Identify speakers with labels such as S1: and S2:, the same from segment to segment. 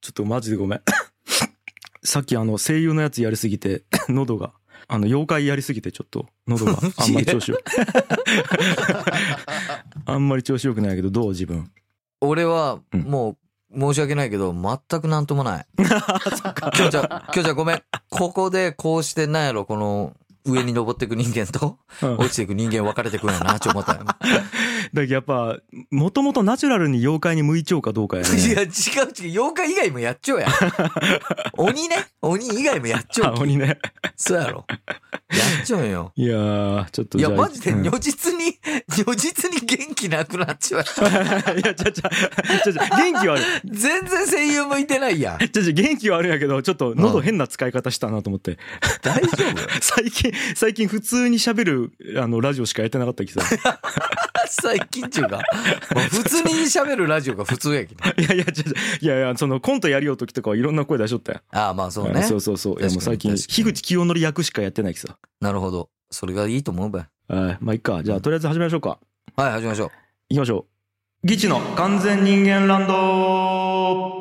S1: ちょっとマジでごめん。 さっきあの声優のやつやりすぎて、 喉が。あの妖怪やりすぎてちょっと喉があんまり調子よ あんまり調子よくないけどどう自分
S2: 俺は
S1: うん
S2: もう申し訳ないけど全くなんと もないきょうちゃんきょうちゃんごめんここでこうしてなんやろこの上に登っていく人間と
S1: うん
S2: 落ちていく人間分かれてくんやなちょ思った よ
S1: だけどやっぱもともとナチュラルに妖怪に向いちゃうかどうかやね
S2: いや違う違う妖怪以外もやっちゃうや鬼ね鬼以外もやっちゃ
S1: あ
S2: う
S1: 鬼ね
S2: そうやろやっちゃうよ
S1: いやーちょっと
S2: い
S1: じゃ
S2: や
S1: あ
S2: マジ で
S1: うん
S2: 如実に、如実に元気なくなっちゃう
S1: いや、ちゃちゃ、ちゃちゃ、元気はある。
S2: 全然声優向いてな いやん
S1: ちゃちゃ、元気はあるんやけど、ちょっと
S2: う
S1: 喉
S2: ん
S1: 変な使い方したなと思って。
S2: 大丈夫
S1: 最近、最近普通に喋る、あの、ラジオしかやってなかったきさ。
S2: 最近っていうか、まあ普通に喋るラジオが普通やけど。
S1: いやいや、ちゃちゃ、いやいや、そのコントやりようときとかはいろんな声出しとったよ。
S2: ああ、まあそう
S1: うん
S2: ね。
S1: そうそうそう。いや、もう最近、
S2: 確かに
S1: 樋口清則役しかやってないきさ。
S2: なるほど。それがいいと思うばい。
S1: はいまあ、いっか。じゃあ、とりあえず始めましょうか。
S2: はい、始めましょう。
S1: いきましょう。ギチの完全人間ランド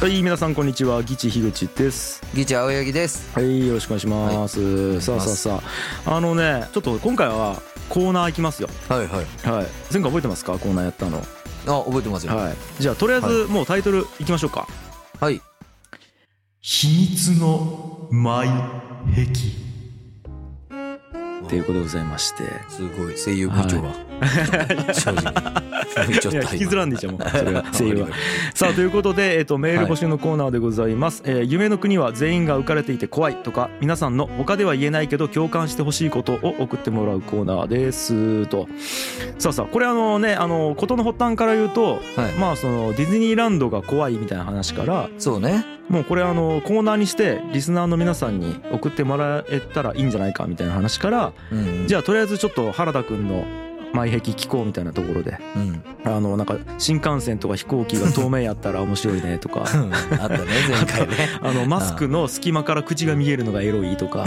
S1: はい、皆さんこんにちは。ギチ樋口です。
S2: ギチ青柳です。
S1: はい、よろしくお願いします。さあ
S2: お願いします
S1: さあさあ。あのね、ちょっと今回はコーナー行きますよ。
S2: はいはい。
S1: はい。前回覚えてますかコーナーやったの。
S2: あ、覚えてますよ。
S1: はい。じゃあ、とりあえずもうタイトル行きましょうか。
S2: はい。
S1: 秘密の埋壁ということでございまして
S2: すごい、声優部長は。正直。ちょっ
S1: い
S2: と
S1: や
S2: 今
S1: 引きずらんでいいじゃん もうそれは 声優は
S2: わか
S1: さあということで、えっと、メール募集のコーナーでございます、えー夢の国は全員が浮かれていて怖いとか皆さんの他では言えないけど共感してほしいことを送ってもらうコーナーですとさあさあこれあのねあの事の発端から言うと
S2: りはい。
S1: まあそのディズニーランドが怖いみたいな話から
S2: そうね。
S1: もうこれあのコーナーにしてリスナーの皆さんに送ってもらえたらいいんじゃないかみたいな話から
S2: うん。
S1: じゃあとりあえずちょっと原田くんの前壁聞こうみたいなところで
S2: うん。
S1: あのなんか新幹線とか飛行機が透明やったら面白いねとか
S2: あったね、前回ね。
S1: あのマスクの隙間から口が見えるのがエロいとか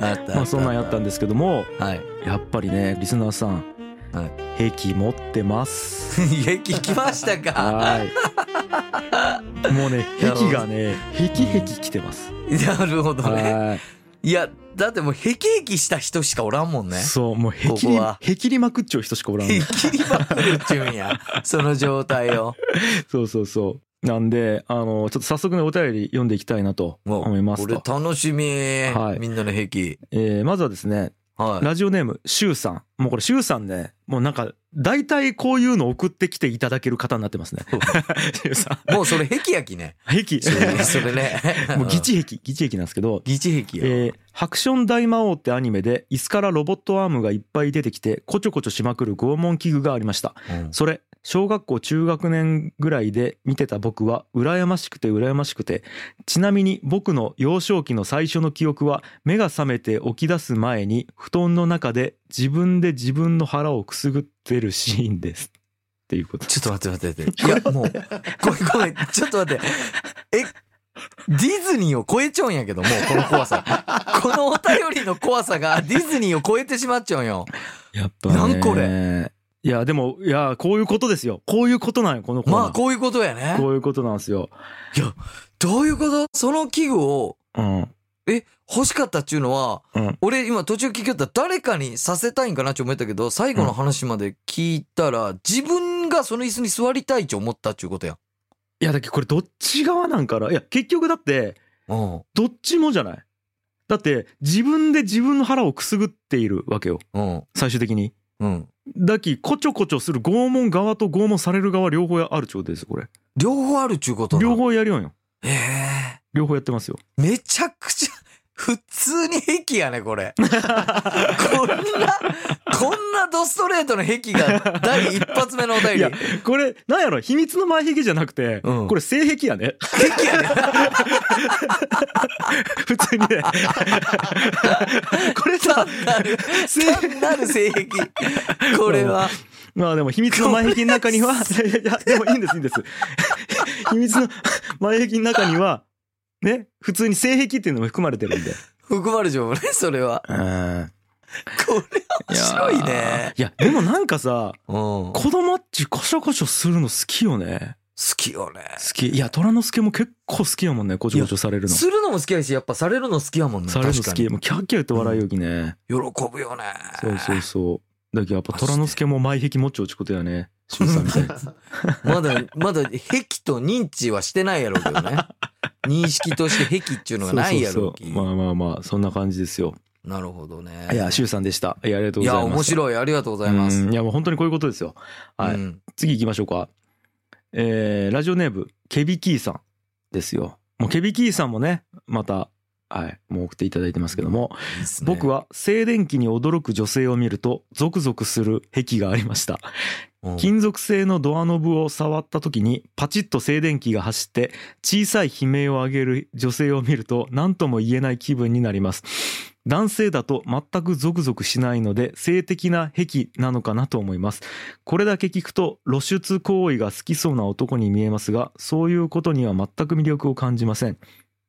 S2: あった。
S1: まあそんなんやったんですけども
S2: はい。
S1: やっぱりねリスナーさん
S2: は
S1: 壁持ってます。
S2: いや、聞きまし たか
S1: はい。もうね
S2: いや
S1: 壁がね壁壁来て ます。
S2: なるほどね。
S1: はい
S2: や、だってもう、へきへきした人しかおらんもん
S1: い。
S2: ね。
S1: そうもう壁
S2: ここ
S1: に
S2: は
S1: 壁にまくっちゃう人しか おらんの
S2: へ。きりまくるっちゅうんや。その状態を。
S1: そうそうそう。なんであのちょっと早速ねお便り読んでいきたいなと
S2: も
S1: 思います
S2: これ
S1: と。
S2: 楽しみ。
S1: はい
S2: みんなのへき。
S1: えーまずはですね
S2: はい。
S1: ラジオネーム、シュウさん。もうこれ、シュウさんね、もうなんか、大体こういうの送ってきていただける方になってますね。 シュウさん。
S2: もうそれへきやきね。
S1: 壁
S2: それねそれね
S1: 。もう、疑 似壁、疑似壁なんですけど、
S2: ぎちへきや。
S1: えーハクション大魔王ってアニメで、椅子からロボットアームがいっぱい出てきて、こちょこちょしまくる拷問器具がありました。
S2: うん
S1: それ、小学校中学年ぐらいで見てた僕は、羨ましくて羨ましくて、ちなみに僕の幼少期の最初の記憶は、目が覚めて起き出す前に、布団の中で自分で自分の腹をくすぐってるシーンです。っていうこと。
S2: ちょっと待って待って待って。いや、もう、ごめんごめん。ちょっと待って。え、ディズニーを超えちゃうんやけど、もうこの怖さ。このお便りの怖さがディズニーを超えてしまっちゃうんよ。
S1: やっぱ
S2: ぱねなんこ
S1: れいや、でも、いや、こういうことですよ。こういうことなんよ、このコーナー
S2: まあ、こういうことやね。
S1: こういうことなんですよ。
S2: どういうことその器具を、
S1: うん。
S2: え、欲しかったっちゅうのは、
S1: うん
S2: 俺今途中聞きよった誰かにさせたいんかなって思ったけど、最後の話まで聞いたら、自分がその椅子に座りたいって思ったっちゅうことやん。
S1: いや、だけどこれどっち側なんかないや、結局だって、
S2: うん。
S1: どっちもじゃないだって自分で自分の腹をくすぐっているわけよ
S2: うん。
S1: 最終的に
S2: うん。
S1: だきこちょこちょする拷問側と拷問される側両方あるちょうですよこれ
S2: 両方あるっちゅうことな
S1: 両。方やるよんよ
S2: ええ
S1: 両方やってますよ
S2: めちゃくちゃ、普通に壁やね、こ れ。こんな、こんなドストレートの壁が第一発目のお便
S1: い
S2: り
S1: や。これなんやろ秘密の前壁じゃなくて、
S2: うん
S1: これ性癖やね
S2: 壁やね。
S1: 普通 にねこれさ
S2: 単なる、
S1: 性
S2: 単なる性癖。これは。
S1: まあでも秘密の前壁の中には いやいやでもいいんですいいんです 秘密の前壁の中にはね普通に性癖っていうのも含まれてるんで
S2: 含まれちゃうもんね、それは。
S1: うん
S2: これ面白いね。
S1: いやでもなんかさ
S2: うん。好
S1: 子供っちコショコショするの好きよね
S2: きよね。
S1: 好きいや虎之助も結構好きやもんねこちょこちょされるの
S2: するのも好きやし、やっぱされるの好きやもんね。
S1: されるの好
S2: 確
S1: き
S2: かに
S1: もうキャッキャ言って笑いよきね、
S2: 喜ぶよね。
S1: そうそうそうだけどやっぱ虎之助も前壁もっち落ちことや ね俊さんみたいに
S2: まだ、まだ、壁と認知はしてないやろうけ どね。認識として壁っていうのがないやろうき
S1: そうそうそうまあまあまあそんな感じですよ
S2: なるほどね。
S1: いや俊さんでしたいやありがとう
S2: い
S1: ございま
S2: や、
S1: す
S2: 面白い。ありがとうございます
S1: うん。いやもう本当にこういうことですよはい、
S2: うん
S1: 次行きましょうか。えーラジオネーム、ケビキーさんですよ。もうケビキーさんもね、また、はい、もう送っていただいてますけども、
S2: いいっすね
S1: 僕、は静電気に驚く女性を見ると、ゾクゾクする癖がありました。
S2: うん
S1: 金属製のドアノブを触った時に、パチッと静電気が走って、小さい悲鳴を上げる女性を見ると、何とも言えない気分になります。男性だと全くゾクゾクしないので、性的な癖なのかなと思います。これだけ聞くと露出行為が好きそうな男に見えますがそういうことには全く魅力を感じません。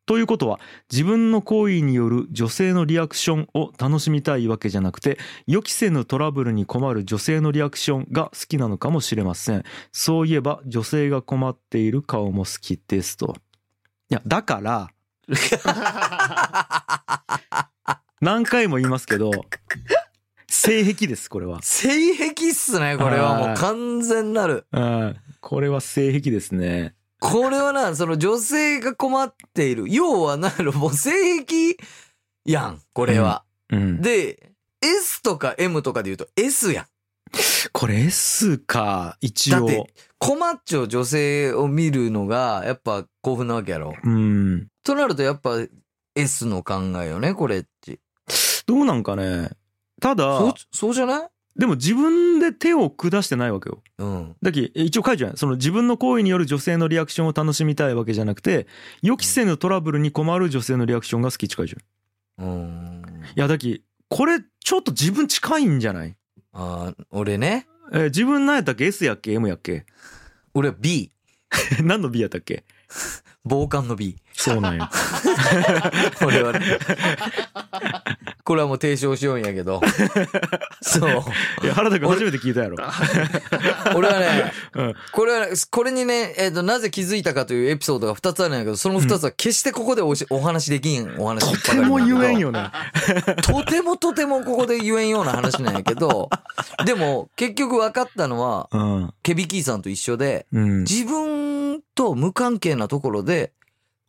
S1: ということは自分の行為による女性のリアクションを楽しみたいわけじゃなくて予期せぬトラブルに困る女性のリアクションが好きなのかもしれません。そういえば女性が困っている顔も好きですと。いやだから何回も言います けど性癖ですこれは。
S2: 性癖っすね、これはもう完全なる。
S1: うんこれは性癖ですね。
S2: これはな、その女性が困っている。要はなる、もう性癖やん、これは。
S1: うん、
S2: で、S とか M とかで言うと S やん。
S1: これ S か一
S2: だ
S1: 応
S2: って、困っちゃう女性を見るのが、やっぱ興奮なわけやろ。
S1: うん
S2: となると、やっぱ S の考えよね、これって。
S1: どうなんかねた
S2: そう
S1: だ、
S2: そうじゃない
S1: でも自分で手を下してないわけよ
S2: うん。
S1: だっけ一応書いてないその自分の行為による女性のリアクションを楽しみたいわけじゃなくて予期せぬトラブルに困る女性のリアクションが好きって書いてある
S2: うん。
S1: いやだっけこれちょっと自分近いんじゃない、
S2: あー俺ね。
S1: えー自分何やったっけ S やっけ M やっけ
S2: 俺は B。
S1: 何の B やったっけ
S2: 傍観の B。
S1: そうなんや
S2: 俺はね。これはもう提唱しようんやけど。そう。
S1: いや原田君初めて聞いたやろ、
S2: 俺はね、
S1: うん、
S2: これはね、これにね、えっ、と、なぜ気づいたかというエピソードが2つあるんやけど、その2つは決してここでおしお話できんお話ばっ
S1: とて
S2: かりなん
S1: も
S2: やけど
S1: 言えん。よね
S2: とてもとてもここで言えんような話なんや けど、でも結局分かったのは、
S1: うん
S2: ケビキーさんと一緒で、
S1: うん
S2: 自分と無関係なところで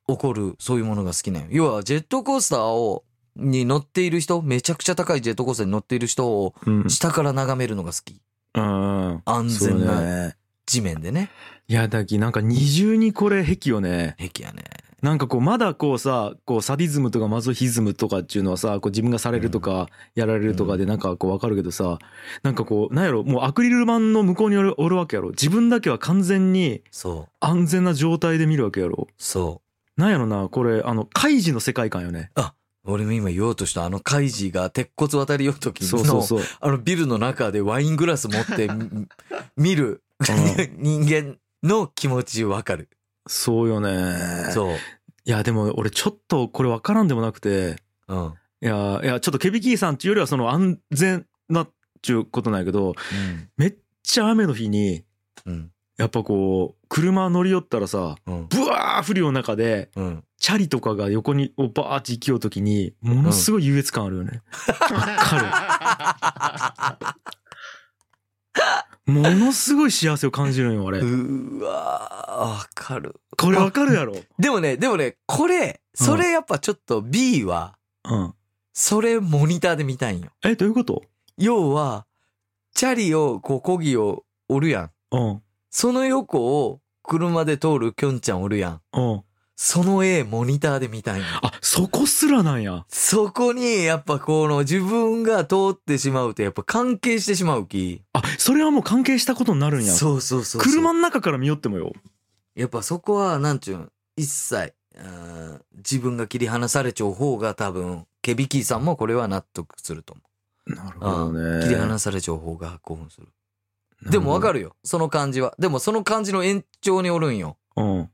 S2: 起こるそういうものが好きなんよ。要はジェットコースターを、に乗っている人、めちゃくちゃ高いジェットコースターに乗っている人を
S1: うん
S2: 下から眺めるのが好き。
S1: うん
S2: 安
S1: そう
S2: 全な
S1: ね
S2: 地面でね。
S1: いやだきなんか二重にこれ癖よね
S2: 壁やね。
S1: なんかこうまだこうさこうサディズムとかマゾヒズムとかっていうのはさこう自分がされるとかやられるとかでなんかこうわかるけどさなんかこうなんやろもうアクリル板の向こうにおるおるわけやろ自分だけは完全に
S2: そう、
S1: 安全な状態で見るわけやろ
S2: そ
S1: なんやろなこれあのカイジの世界観よね
S2: う。俺も今言おうとしたあのカイジが鉄骨渡りよときの
S1: そうそうそう
S2: あのビルの中でワイングラス持 ってみ見る人間の気持ちわかる。
S1: そうよね
S2: そう。
S1: いやでも俺ちょっとこれわからんでもなくて
S2: うん。うん
S1: いやいやちょっとケビキーさんっていうよりはその安全なっちゅうことなんやけどめっちゃ雨の日に
S2: うん。
S1: やっぱこう車乗り寄ったらさ
S2: うん。
S1: ブワー降るような中で
S2: うん。
S1: チャリとかが横にをバーって行きようときにものすごい優越感あるよね。わ、かる。ものすごい幸せを感じるんよ俺。
S2: うーわー、わかる。
S1: これわかるやろ。
S2: でもね、でもね、これ、それやっぱちょっと B は、
S1: うん。
S2: それモニターで見たいんよ。
S1: えどういうこと？
S2: 要は、チャリを、こう、こぎをおるやん。
S1: うん
S2: その横を車で通るきょんちゃんおるやん。
S1: うん。
S2: その絵モニターで見たいんよ。
S1: あそこすらなんや。
S2: そこに、やっぱこの自分が通ってしまうと、やっぱ関係してしまうき。
S1: あそれはもう関係したことになるんや。
S2: そうそうそうそう。
S1: 車の中から見よってもよ。
S2: やっぱそこは、なんちゅうん、一切、うん自分が切り離されちゃう方が多分、ケビキーさんもこれは納得すると思
S1: なる
S2: う。うん切り離されちゃう方が興奮する。でもわか
S1: る
S2: るよ。その感じは。でもその感じの延長におるんよ。
S1: ほどね。うん。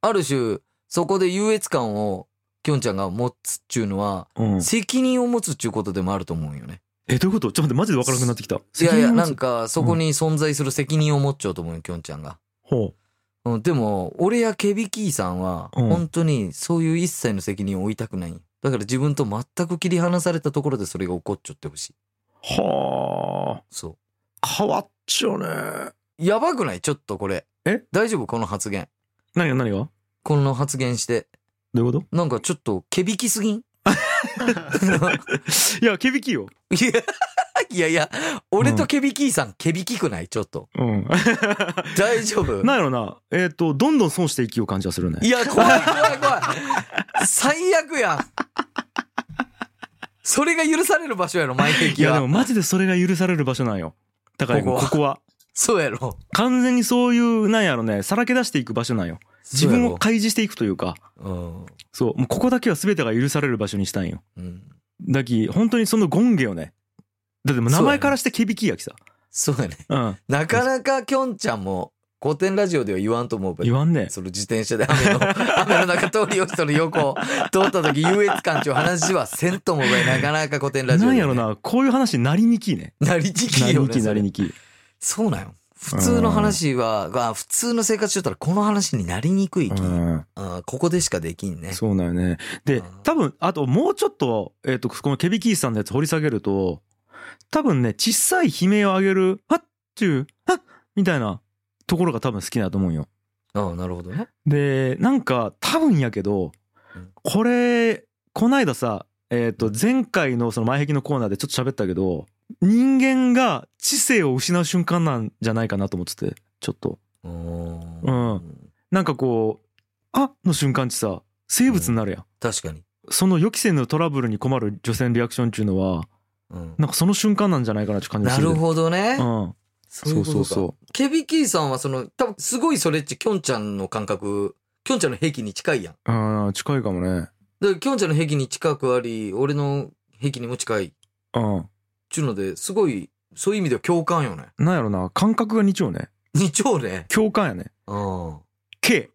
S2: ある種、そこで優越感をきょんちゃんが持つっちゅうのは、
S1: うん。
S2: 責任を持つっちゅうことでもあると思うんよね。
S1: え、どういうことちょっと待って、マジでわからなくなってきた。
S2: いやいや、なん
S1: か。
S2: か、そこに存在する責任を持っちゃうと思うよ、きょんちゃんが。
S1: ほ
S2: うん、でも、俺やケビキーさんは、
S1: うん
S2: 本当にそういう一切の責任を負いたくない。だから自分と全く切り離されたところでそれが起こっちゃってほしい。
S1: う。は
S2: そ
S1: あ。変わっちゃうね。
S2: う。やばくないちょっとこれ。
S1: え
S2: 大丈夫この発言。
S1: 何が何がど
S2: この発言して。
S1: ういうこと
S2: なんかちょっと、ケビきすぎん
S1: いや、ケビキよ。
S2: いや、いやいや、俺とケビキーさん、ケビきくないちょっと。
S1: うん。
S2: 大丈夫
S1: なんやろな。えっ、と、どんどん損していきよう感じはするね。
S2: いや、怖い怖い怖い。最悪やん。それが許される場所やろ、マイケー
S1: い
S2: キ
S1: や、で
S2: は
S1: も。マジでそれが許される場所なんよ。だから、
S2: ここ
S1: こ
S2: は
S1: こは。
S2: そうやろ。
S1: 完全にそういう、なんやろね、さらけ出していく場所なんよ。自分を開示していくというか、
S2: うん。
S1: そう、もうここだけは全てが許される場所にしたいんよ。
S2: うん。
S1: だき、本当にその権限をね。だってもう名前からしてケビキやきさ。
S2: そうやね。
S1: うん。
S2: なかなかきょんちゃんも、古典ラジオでは言わんと思うけ
S1: 言
S2: ど、
S1: わんね。
S2: その自転車で雨の、 雨の中通りよ人の横を通った時優越感ちゅう話はせんともがい、なかなか古典ラジオ
S1: な
S2: で
S1: ん
S2: ね
S1: やろ。な、こういう話なりにきね。
S2: なりちき
S1: なり
S2: よ
S1: に
S2: ね。
S1: き
S2: そ
S1: な
S2: れ
S1: りにき。
S2: そうなんよ。普通の話は、が普通の生活しとったらこの話になりにくいき。
S1: うん。
S2: あーここでしかできんね。
S1: そうだよね。で
S2: あー、
S1: 多分、あともうちょっと、えっ、と、このケビキーさんのやつ掘り下げると、多分ね、小さい悲鳴を上げる、はっちゅう、はっみたいなところが多分好きだと思うんよ。
S2: ああ、なるほどね。
S1: で、なんか、多分やけど
S2: うん、
S1: これ、こないださ、えっ、と、前回のその前壁のコーナーでちょっと喋ったけど、人間が知性を失う瞬間なんじゃないかなと思ってて、ちょっと。
S2: う。
S1: うんなんかこう、あの瞬間ってさ、生物になるやん。
S2: 確かに。
S1: その予期せぬトラブルに困る女性のリアクションっていうのは、
S2: うん
S1: なんかその瞬間なんじゃないかなって感じが
S2: な
S1: する。
S2: る
S1: ど。
S2: ほどね。
S1: うん。
S2: そうい
S1: そうう
S2: こ
S1: そ
S2: と
S1: う
S2: か
S1: そ
S2: ケビキーさんはその、多分すごいそれっち、きょんちゃんの感覚、きょんちゃんの癖に近いやん。
S1: う。うん、近いかもね。
S2: だからきょんちゃんの癖に近くあり、俺の癖にも近い。っ
S1: う
S2: ちゅうので、すごい、そういう意味では共感よね。
S1: ん。なんやろな、感覚が2丁ね。
S2: 二丁ね。
S1: 共感やね。
S2: うん。
S1: K。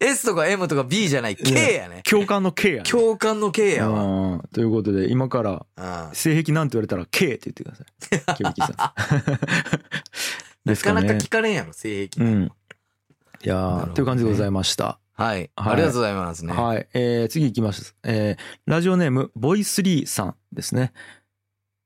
S2: S とか M とか B じゃない、K やね。
S1: 共感の K やね。
S2: 共感の K やわ。
S1: うんということで、今から、
S2: うん
S1: 性癖なんて言われたら K って言ってくださ い。ケビキさん。で
S2: な
S1: す
S2: か
S1: か
S2: なか
S1: ね。
S2: 聞かれんやろ、性癖。
S1: うん。いや
S2: なるほど
S1: ー、
S2: ね
S1: という感じでございました。
S2: はい。
S1: はい
S2: ありがとうございますね。
S1: はい、えー、次いきます。えー、ラジオネーム、ボイスリーさんですね。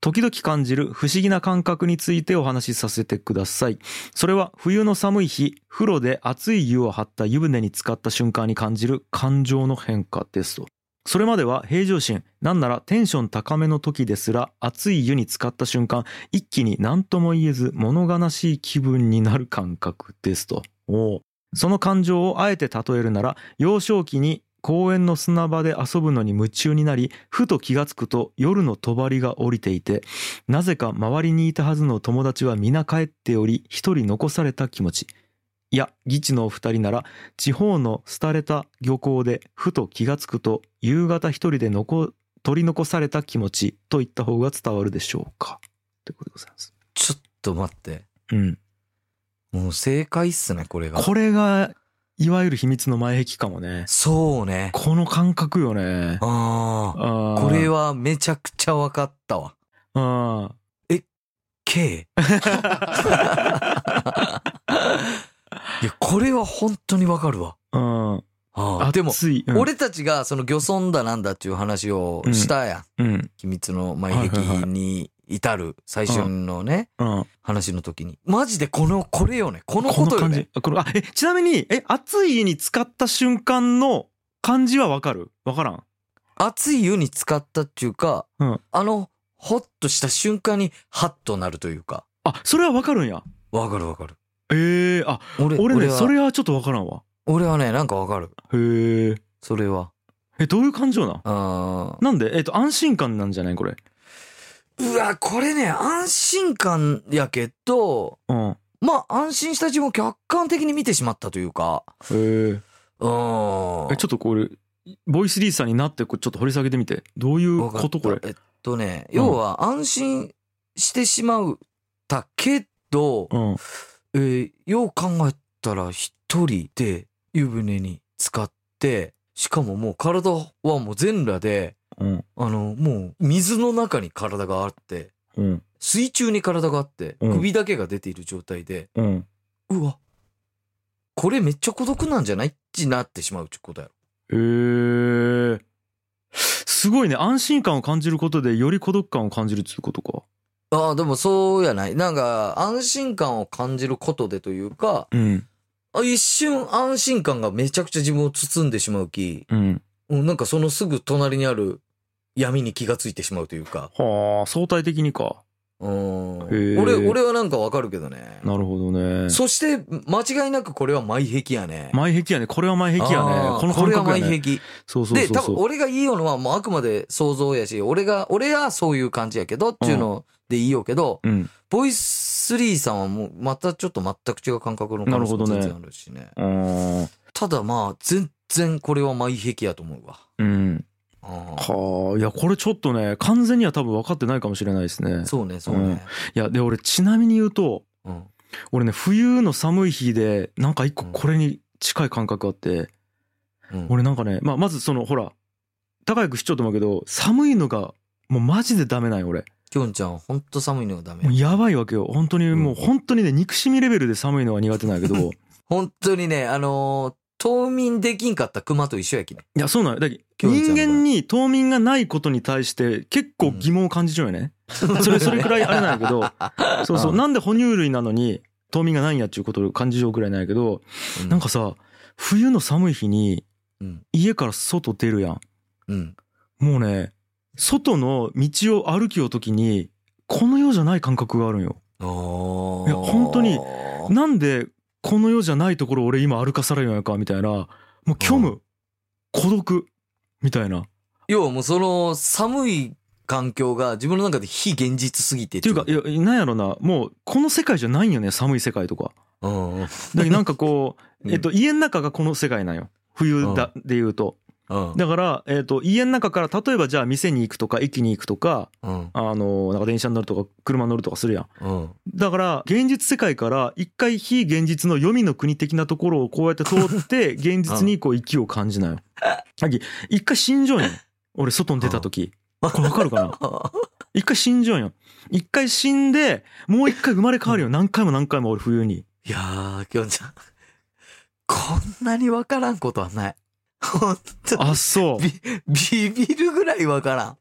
S1: 時々感じる不思議な感覚についてお話しさせてください。それは冬の寒い日、風呂で熱い湯を張った湯船に浸かった瞬間に感じる感情の変化ですと。それまでは平常心、なんならテンション高めの時ですら熱い湯に浸かった瞬間、一気に何とも言えず物悲しい気分になる感覚ですと。おうその感情をあえて例えるなら、幼少期に公園の砂場で遊ぶのに夢中になり、ふと気がつくと夜の帳が降りていて、なぜか周りにいたはずの友達は皆帰っており、一人残された気持ち。いや、議地のお二人なら、地方の廃れた漁港でふと気がつくと、夕方一人で残、取り残された気持ちといった方が伝わるでしょうか。ということでございます。
S2: ちょっと待って。
S1: うん。
S2: もう正解っすね、これが。
S1: これが、いわゆる秘密の前壁かもね。
S2: そうね。
S1: この感覚よね。
S2: ああ。
S1: あー
S2: これはめちゃくちゃ分かったわ。
S1: うん。
S2: K。いや、これは本当に分かるわ。
S1: うん。
S2: ああでも、
S1: 熱い、うん、
S2: 俺たちがその漁村だなんだっていう話をしたやん。
S1: うん、
S2: 秘密の前壁に至る最初のね、
S1: うん、
S2: 話の時に。マジでこの、これよね。この
S1: こ
S2: こ
S1: の
S2: とよ
S1: 感
S2: ね
S1: じ。あこのあえちなみにえ熱い家に使った瞬間の感じはわかるわからん
S2: 熱い湯に使ったっていうか、
S1: うん
S2: あの、ホッとした瞬間に、ハッとなるというか。
S1: あそれはわかるんや
S2: わかるわかる。
S1: ええあ
S2: 俺、
S1: 俺ね
S2: は
S1: それはちょっとわからんわ
S2: 俺はね、なんかわかる。
S1: へえ
S2: それは。
S1: えどういう感情なん
S2: あー
S1: なんでえっ、と安心感なんじゃないこれ
S2: うわ、これね、安心感やけど、
S1: うんへ
S2: まあ、安心した自分を客観的に見てしまったというか、
S1: え
S2: うーん。
S1: えちょっとこれボイスリーさんになってこれちょっと掘り下げてみてどういう
S2: わかっ
S1: こと
S2: た
S1: これ
S2: えっとね、
S1: うん
S2: 要は安心してしまったけど、
S1: うん
S2: えーよう考えたら一人で湯船に浸かって、しかももう体はもう全裸で、
S1: うん
S2: あの、もう水の中に体があって、
S1: うん
S2: 水中に体があって、
S1: うん
S2: 首だけが出ている状態で、
S1: うん
S2: うわ、これめっちゃ孤独なんじゃないってなってしまうってことやろ。
S1: へえー、すごいね安心感を感じることでより孤独感を感じるっていうことか
S2: ああ、でもそうやない。なんか、安心感を感じることでというか、
S1: うん
S2: あ一瞬安心感がめちゃくちゃ自分を包んでしまうき、
S1: うん
S2: うんなんかそのすぐ隣にある闇に気がついてしまうというか、
S1: はあ相対的にか
S2: うん
S1: へえ
S2: 俺、俺はなんかわかるけどね。
S1: なるほどね
S2: そして、間違いなくこれは前壁やね。
S1: 前壁やねこれは前壁や
S2: あ
S1: ね
S2: ー
S1: この
S2: こ
S1: 感
S2: れは
S1: 覚
S2: 前
S1: やね
S2: 壁。
S1: そうそう
S2: で、
S1: そう
S2: 多分
S1: そう
S2: 俺が言いようのはもうあくまで想像やし、俺が、俺はそういう感じやけどっていうのでいいようけど、
S1: うん
S2: ボイス3さんはもうまたちょっと全く違う感覚の可能性も全然あるしね。
S1: あー
S2: ただまあ、全然これは前壁やと思うわ。
S1: うん
S2: あー
S1: はあいやこれちょっとね完全には多分分かってないかもしれないですね
S2: そうね、そうね。
S1: いやで俺ちなみに言うと
S2: うん。
S1: 俺ね冬の寒い日でなんか一個これに近い感覚あって、
S2: うん
S1: 俺なんかね、まあ、まずそのほら高井君知っちゃうと思うけど寒いのがもうマジでダメなんよ俺
S2: きょんちゃん、ほんと寒いのがダメ
S1: もう。やばいわけよ本当にもう本当にね憎しみレベルで寒いのは苦手なんやけ ど
S2: 本当にね、あのー冬眠できんかった熊と一緒やきね。
S1: いやそうなんよだけど
S2: 今日じ
S1: 人
S2: ゃん
S1: 間に冬眠がないことに対して結構疑問を感じちゃうよね、それそれくらいあれなんやけ どそうそう
S2: うん
S1: なんで哺乳類なのに冬眠がないんやっていうことを感じちゃうくらいなんやけど
S2: う
S1: なんか、さ冬の寒い日に
S2: うん。
S1: 家から外出るやん
S2: うん。
S1: もうね、外の道を歩きようときに、この世じゃない感覚があるんよ。
S2: あ
S1: いや本当に
S2: あ
S1: なんで、この世じゃないところ俺今歩かされるんやか、みたいな。もう虚
S2: う
S1: 無。孤独。みたいな。っ
S2: 要はもうその寒い環境が自分の中で非現実すぎてって
S1: いうか、いや、なんやろな、もう、この世界じゃないんよね、寒い世界とか。
S2: うんうん
S1: だけ どなんかこ
S2: う
S1: う、
S2: ん
S1: えっと、家の中がこの世界なんよ。冬だ、で言うと。
S2: うん
S1: だから、えっと、家の中から、例えばじゃあ店に行くとか、駅に行くとか、
S2: うん
S1: あの、なんか電車に乗るとか、車に乗るとかするやん。
S2: うん
S1: だから現実世界から一回非現実の黄泉の国的なところをこうやって通って 現実にこう息を感じなよ。さっき一回死んじゃうんよ。俺外に出た時。これわかるかな一回死んじゃうんよ。一回死んでもう一回生まれ変わるよ。何回も何回も俺冬に。
S2: いやーきょんちゃんこんなにわからんことはない本当
S1: あそう。
S2: ビビるぐらいわからん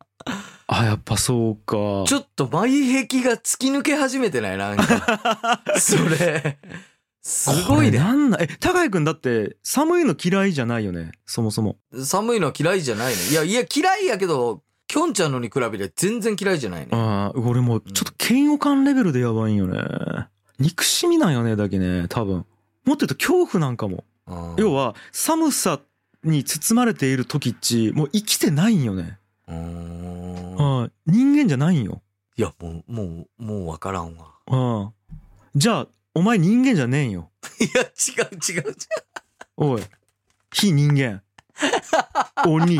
S1: あやっぱそうか。
S2: ちょっと前壁が突き抜け始めてないなんかそれすごい
S1: これ
S2: ね
S1: なんなえ高井君だって寒いの嫌いじゃないよねそもそも。
S2: 寒いのは嫌いじゃないねいやいや嫌いやけどきょんちゃんのに比べて全然嫌いじゃないね
S1: ああ俺もうちょっと嫌悪感レベルでやばいんよね。憎しみなんよねだけね多分。もっと言うと恐怖なんかも。
S2: うん
S1: 要は寒さに包まれている時っちもう生きてないんよね。
S2: うーん
S1: うん人間じゃないんよ。
S2: いや、もう、もう、もうわからんわ。
S1: うんじゃあお前人間じゃねえんよ。
S2: いや、違う違う違
S1: おい非人 間鬼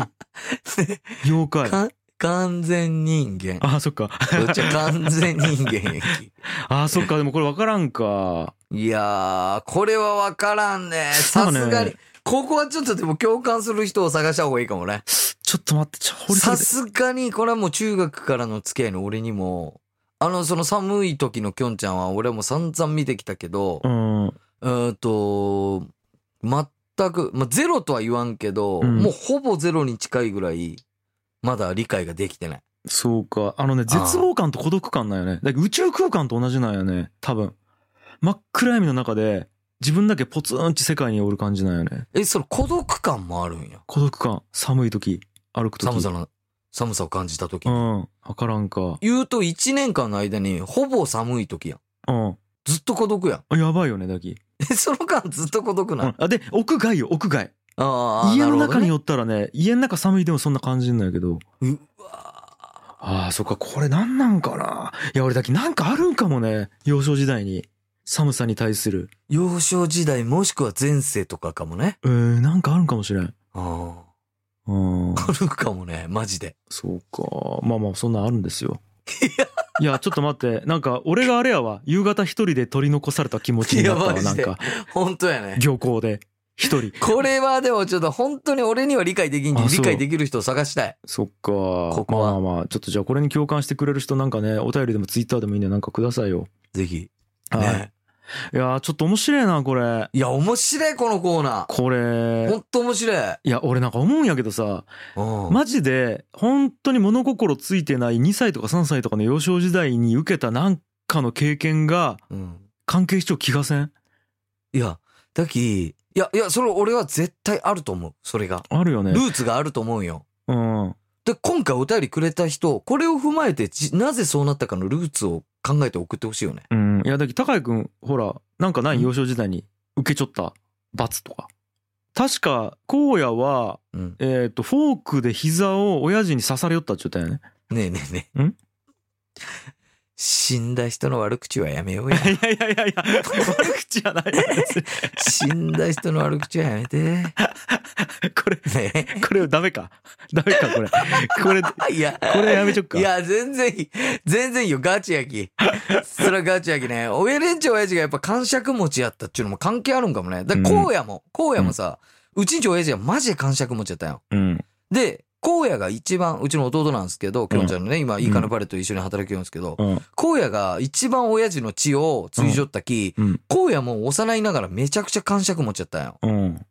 S1: 妖
S2: う。
S1: 怪。
S2: かん完全 人間。
S1: ああそっか。
S2: こっちは完全人間やき。
S1: ああそっかでもこれ分からんか。
S2: いやー、これはわからんね。さす
S1: そ
S2: が
S1: う
S2: に
S1: ね。
S2: ここはちょっとでも共感する人を探した方がいいかもね。
S1: ちょっと待ってちょ掘り下
S2: さ
S1: げて。
S2: すがに、これはもう中学からの付き合いの俺にも、あの、その寒い時のきょんちゃんは俺はもう散々見てきたけど
S1: う、んうん
S2: うーんと、全く、まあ、ゼロとは言わんけど、
S1: うん
S2: もうほぼゼロに近いぐらい、まだ理解ができてない。
S1: そうか。あのね、
S2: あー
S1: 絶望感と孤独感なんよね。だから宇宙空間と同じなんよね。多分。真っ暗闇の中で、自分だけポツンって世界におる感じなんよね。
S2: え、その孤独感もあるんや。
S1: 孤独感。寒い時、歩く時。
S2: 寒さの、寒さを感じた時
S1: う。ん。わからんか。
S2: 言うと1年間の間に、ほぼ寒い時やん。
S1: うん。
S2: ずっと孤独やん。
S1: あやばいよね、だき。
S2: え、その間ずっと孤独
S1: う
S2: なん。
S1: ん。あ、で、屋外よ、屋外。
S2: ああ、
S1: 家の
S2: なる
S1: 中
S2: ほどね
S1: におったらね、家の中寒いでもそんな感じんだけど。
S2: うわ
S1: ああ、そっか、これなんなんかな。いや、俺だきなんかあるんかもね。幼少時代に。寒さに対する。
S2: 幼少時代もしくは前世とかかもね。
S1: えー、なんかあるんかもしれん。
S2: あ
S1: うん。
S2: あ。あるかもね、マジで。
S1: そうか。まあまあ、そんなんあるんですよ。いや、ちょっと待って。なんか、俺があれやわ。夕方一人で取り残された気持ちになった
S2: い
S1: わ。な
S2: やマ
S1: ん
S2: ジで
S1: か、
S2: 本当やね。
S1: 漁港で。一人。
S2: これはでもちょっと本当に俺には理解できんけど
S1: あそう
S2: 理解できる人を探したい。
S1: そっか。
S2: こは
S1: まあまあまあ、ちょっとじゃあこれに共感してくれる人なんかね、お便りでもツイッターでもいいんでなんかくださいよ。
S2: ぜひ。
S1: は
S2: ね。
S1: い。いやー、ちょっと面白いな、これ。
S2: いや、面白い、このコーナ
S1: こ
S2: ー。
S1: れ
S2: ほ。んと面白い。
S1: いや、俺なんか思うんやけどさ、
S2: うん。
S1: マジで、本当に物心ついてない2歳とか3歳とかの幼少時代に受けたなんかの経験が
S2: うん
S1: 関係しちゃう気がせん
S2: いや、だき、いや、いや、それ俺は絶対あると思う。それが。
S1: あるよね
S2: ル。ーツがあると思うよ。
S1: うん。
S2: で、今回お便りくれた人、これを踏まえてじ、なぜそうなったかのルーツを考えて送ってほしいよね。
S1: うん。いや、だけど、高井くん、ほら、なんかな
S2: うん
S1: い幼少時代に受けちょった罰とか。確か、荒野は、
S2: うん。
S1: えっ、と、フォークで膝を親父に刺されよったって言ったよね。
S2: ねえねえねえ。
S1: ん
S2: 死んだ人の悪口はやめ ようや。
S1: いやいやいやいや、悪口じ ゃないよ別に
S2: 死んだ人の悪口はやめて。
S1: これ、
S2: ね
S1: これダメか。ダメか、これ。これ、こ
S2: え。いや、
S1: れやめちょっか。
S2: いや、全然いい。全然いいよ。ガチやき。それはガチやきね。親連中親父がやっぱ感触持ちやったっていうのも関係あるんかもね。だから、
S1: うん
S2: 荒野も、荒野もさ、うちんち親父がマジで感触持ちやったんよ。
S1: うん。
S2: で、荒野が一番、うちの弟なんですけど、きょんちゃんのね、今、いいかのパレット一緒に働きよるんですけど、
S1: うん。
S2: 荒野が一番親父の血を継いじょったき、
S1: うん。
S2: 荒野も幼いながらめちゃくちゃ感触持ちやったんよ。
S1: うん。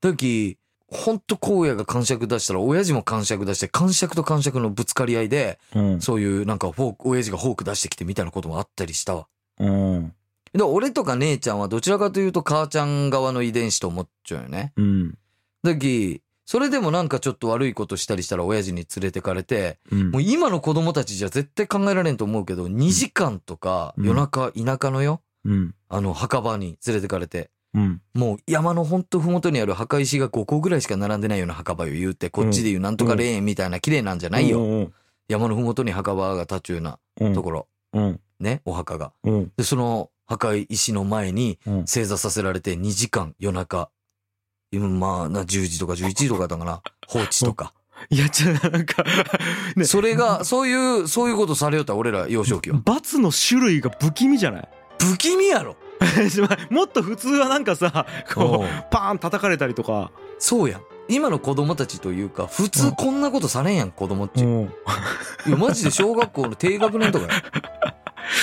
S2: だき、ほんと荒野が感触出したら、親父も感触出して、感触と感触のぶつかり合いで、
S1: うん。
S2: そういうなんかフォーク、親父がフォーク出してきてみたいなこともあったりしたわ。
S1: うん。
S2: で、俺とか姉ちゃんはどちらかというと母ちゃん側の遺伝子と思っちゃうよね。
S1: うん。
S2: だき、それでもなんかちょっと悪いことしたりしたら親父に連れてかれて、
S1: うん
S2: もう今の子供たちじゃ絶対考えられんと思うけど、2時間とか
S1: うん
S2: 夜中、田舎のよ、
S1: うん。
S2: あの墓場に連れてかれて、
S1: うん。
S2: もう山のほんとふもとにある墓石が5個ぐらいしか並んでないような墓場よ言うて、こっちで言うなんとか霊園みたいな綺麗なんじゃないよ。
S1: よ。
S2: 山のふもとに墓場が立つような
S1: うん。
S2: ところ、
S1: うん。
S2: ね、お墓が。
S1: うん。
S2: で、その墓石の前に
S1: うん
S2: 正座させられて2時間夜中、今まあな10時とか11時とかだったかな、放置と か。
S1: いや、じゃあなんか、ね、
S2: それが、そういう、そういうことされよった俺ら幼少期は。
S1: 罰の種類が不気味じゃない
S2: 不気味やろ
S1: もっと普通はなんかさ、
S2: お
S1: こ
S2: う
S1: う、パーン叩かれたりとか。
S2: そうやん。今の子供たちというか、普通こんなことされんやん、子供っち。い
S1: うん
S2: や、マジで小学校の低学年とかや。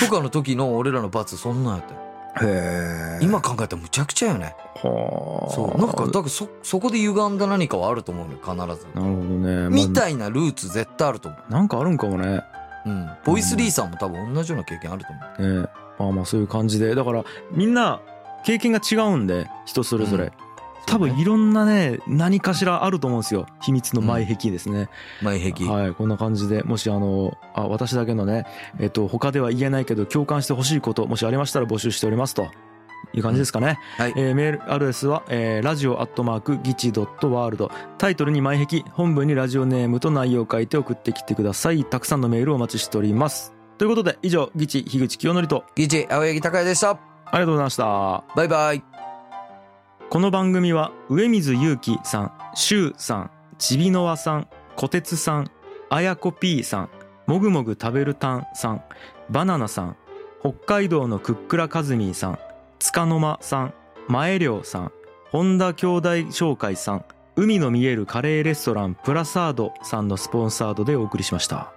S2: とかの時の俺らの罰、そんなんやったよ。
S1: へ
S2: 今考えたらむちゃくちゃよね。
S1: はあ
S2: そう。なんか、だからそ、そこで歪んだ何かはあると思うのよ、必ず。
S1: なるほどね
S2: み
S1: い
S2: たいなルーツ絶対あると思う。
S1: なんかあるんかもね
S2: うん。ボイスリーさんも多分同じような経験あると思う。
S1: ねまあまあそういう感じでだからみんな経験が違うんで人それぞれ、
S2: うん
S1: 多分いろんなね何かしらあると思うんですよ秘密の前壁ですね、
S2: 前壁。
S1: はいこんな感じでもしあのあ私だけのねえっと他では言えないけど共感してほしいこともしありましたら募集しておりますという感じですかね、
S2: はい
S1: えーメールアドレスは、えー、ラジオアットマークギチドットワールドタイトルに前壁本文にラジオネームと内容を書いて送ってきてくださいたくさんのメールをお待ちしておりますということで以上ギチ樋口清則と
S2: ギチ、青柳高也でした。
S1: ありがとうございました
S2: バイバイ。
S1: この番組は上水祐樹さん、しゅうさん、ちびのわさん、こてつさん、あやこ P さん、もぐもぐ食べるたんさん、バナナさん、北海道のクックラカズミーさん、つかの間さん、まえりょうさん、本田兄弟紹介さん、海の見えるカレーレストランプラサードさんのスポンサードでお送りしました。